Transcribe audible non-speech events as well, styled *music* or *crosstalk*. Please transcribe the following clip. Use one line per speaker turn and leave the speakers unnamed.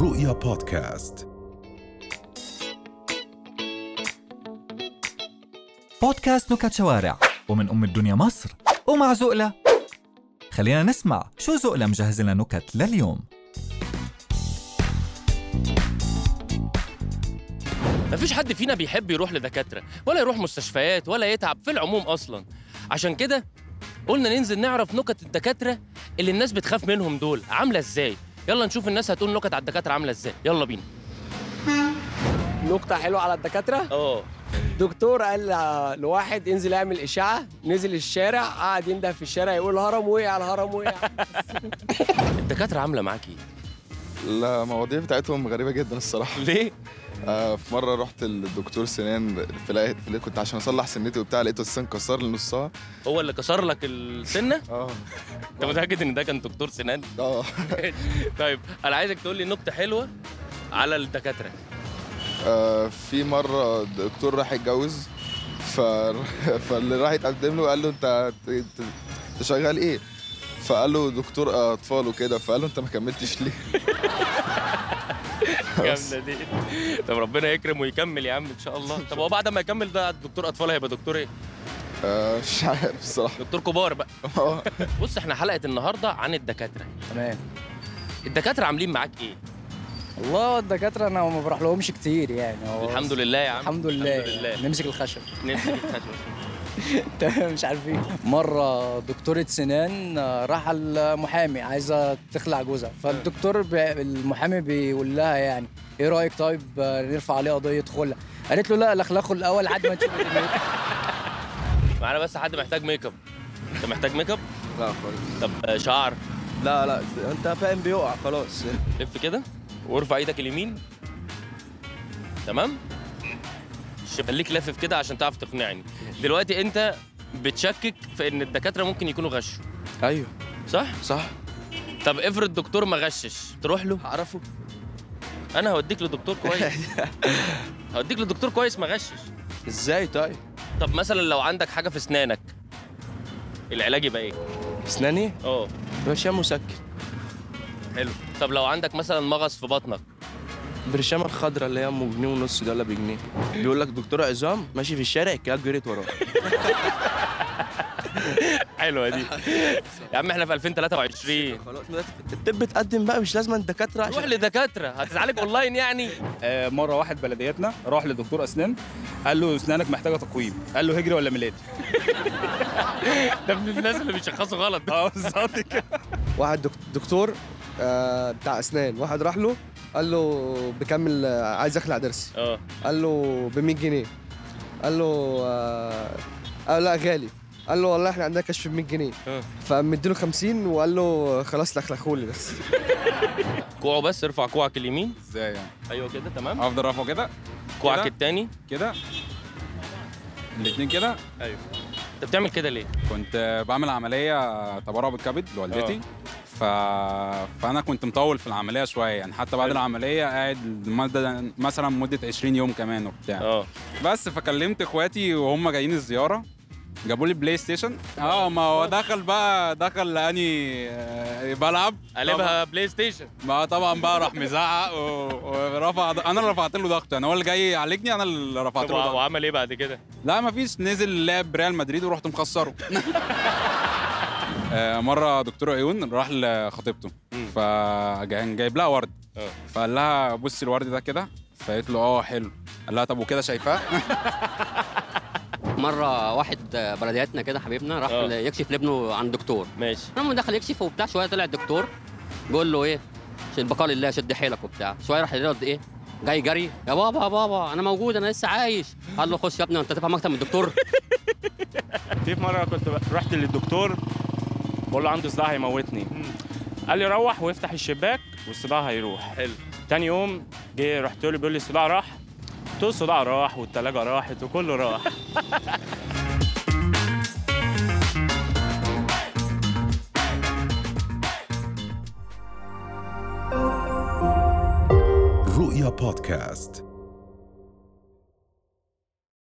رؤيا بودكاست
بودكاست نكت شوارع ومن أم الدنيا مصر ومع زقلة خلينا نسمع شو زقلة مجهز لنا نكت لليوم
ما فيش حد فينا بيحب يروح لدكاترة ولا يروح مستشفيات ولا يتعب في العموم أصلا عشان كده قلنا ننزل نعرف نكت الدكاترة اللي الناس بتخاف منهم دول عاملة إزاي يلا نشوف الناس هتقول نكت على الدكاترة عاملة إزاي يلا بينا
نكتة حلوة على الدكاترة
اه
دكتور قال ل- لواحد انزل اعمل إشعة نزل الشارع قعد ينده في الشارع يقول هرم وقع الهرم وقع
الدكاترة عاملة معاك إيه
المواضيع بتاعتهم غريبه جدا الصراحه
ليه
آه في مره رحت للدكتور سنان في لقيت في لقيت- كنت عشان اصلح سنتي وبتاع لقيته السن كسر لي نصها
هو اللي كسر لك السنة
آه.
اه
أنت متأكد إن ده كان دكتور سنان
اه
طيب أنا عايزك تقول لي نكتة حلوة على الدكاترة
آه، في مره دكتور راح يتجوز ف... *laughs* فاللي راح يتقدم له قال له انت أنت- أنت شغال ايه؟ فقال له دكتور اطفال وكده فقال له انت ما كملتش ليه؟
جامدة دي طب ربنا يكرم ويكمل يا عم إن شاء الله طب هو بعد ما يكمل ده دكتور أطفال هيبقى دكتور إيه
آه، مش عارف الصراحه
دكتور كبار بقى
آه.
بص احنا حلقه النهارده عن الدكاتره
*laughs* تمام
الدكاتره عاملين معاك ايه
والله الدكاتره انا ما بروح لهمش كتير يعني هو
الحمد لله يا عم
الحمد لله يعني.
الحمد لله
نمسك الخشب *laughs*
نمسك الخشب.
تمام مش عارفين مره دكتوره سنان آه، راح المحامي عايزه تخلع جوزها فالدكتور بي... المحامي بيقول لها يعني ايه رايك طيب آه، نرفع عليه قضيه خلع قالت له لا الاخلاقه الاول لحد ما تشوف دنيتك.
معانا بس حد محتاج ميك اب انت محتاج ميك اب
لا خالص
طب آه، شعر
لا لا انت فاهم بيقع خلاص
لف كده وارفع ايدك اليمين تمام ش- خليك لافف كده عشان تعرف تقنعني دلوقتي انت بتشكك في ان الدكاتره ممكن يكونوا غشوا
ايوه
صح
صح
طب افرض الدكتور ما غشش تروح له
هعرفه
انا هوديك لدكتور *laughs* كويس هوديك لدكتور كويس ما غشش
ازاي طيب
طب مثلا لو عندك حاجه في اسنانك العلاج يبقى ايه؟
اسناني
اه
برشام مسكن
حلو طب لو عندك مثلا مغص في بطنك
برشام الخضراء اللي هي ام جنيه ونص دي ولا بجنيه بيقول لك دكتور عظام ماشي في الشارع الكلاب جريت وراه *laughs*
حلوه دي *laughs* يا عم احنا في 2023 *laughs*
خلاص الطب اتقدم بقى مش لازم الدكاتره
روح
عشان
لدكاتره هتتعالج اونلاين *laughs* يعني
آه، مره واحد بلدياتنا راح لدكتور اسنان قال له اسنانك محتاجه تقويم قال له هجري ولا ميلاد
ده من الناس اللي بيشخصوا غلط
اه بالظبط كده
واحد دك- دكتور آه، بتاع اسنان واحد راح له قال له بكمل آه، عايز اخلع ضرسي
*laughs* اه
قال له ب 100 جنيه قال له آه، قال له لا غالي قال له والله احنا عندنا كشف ب 100 جنيه
آه.
فقام مديله 50 وقال له خلاص لخلخولي بس
كوعه بس ارفع كوعك اليمين
ازاي يعني
ايوه كده تمام
افضل رافعه كده
كوعك
كده؟
التاني
كده الاثنين كده
انت بتعمل كده ليه؟
كنت آه، بعمل عمليه تبرع بالكبد لوالدتي ف... فانا كنت مطول في العمليه شويه يعني حتى بعد العمليه قاعد مدة مثلا مده 20 يوم كمان وبتاع
اه
بس فكلمت اخواتي وهم جايين الزياره جابوا لي بلاي ستيشن اه ما هو دخل بقى دخل لاني آه، بلعب
قلبها بلاي ستيشن
ما طبعا بقى راح مزعق و... ورفع انا اللي رفعت له ضغطه انا هو اللي جاي يعالجني انا اللي رفعت
طب
له ضغطه
وعمل ايه بعد كده؟
لا ما فيش نزل لعب ريال مدريد ورحت مخسره *laughs* آه، مره دكتور عيون راح لخطيبته فكان جايب لها ورد
اه.
فقال لها بصي الورد ده كده فقالت له اه حلو قال لها طب وكده شايفاه
مره واحد بلدياتنا كده حبيبنا راح
آه.
يكشف لابنه عن دكتور
ماشي
المهم دخل يكشف وبتاع شويه طلع الدكتور بيقول له ايه عشان البقاء لله شد حيلك وبتاع شويه راح يرد ايه جاي جري يا بابا يا بابا انا موجود انا لسه عايش قال له خش يا ابني انت تفهم اكتر من الدكتور
في في مره كنت ب- رحت للدكتور بقول له عنده صداع هيموتني قال لي روح وافتح الشباك والصداع هيروح
حلو.
تاني يوم جه رحت له بيقول لي الصداع راح قلت له الصداع راح والتلاجه راحت وكله راح
رؤيا بودكاست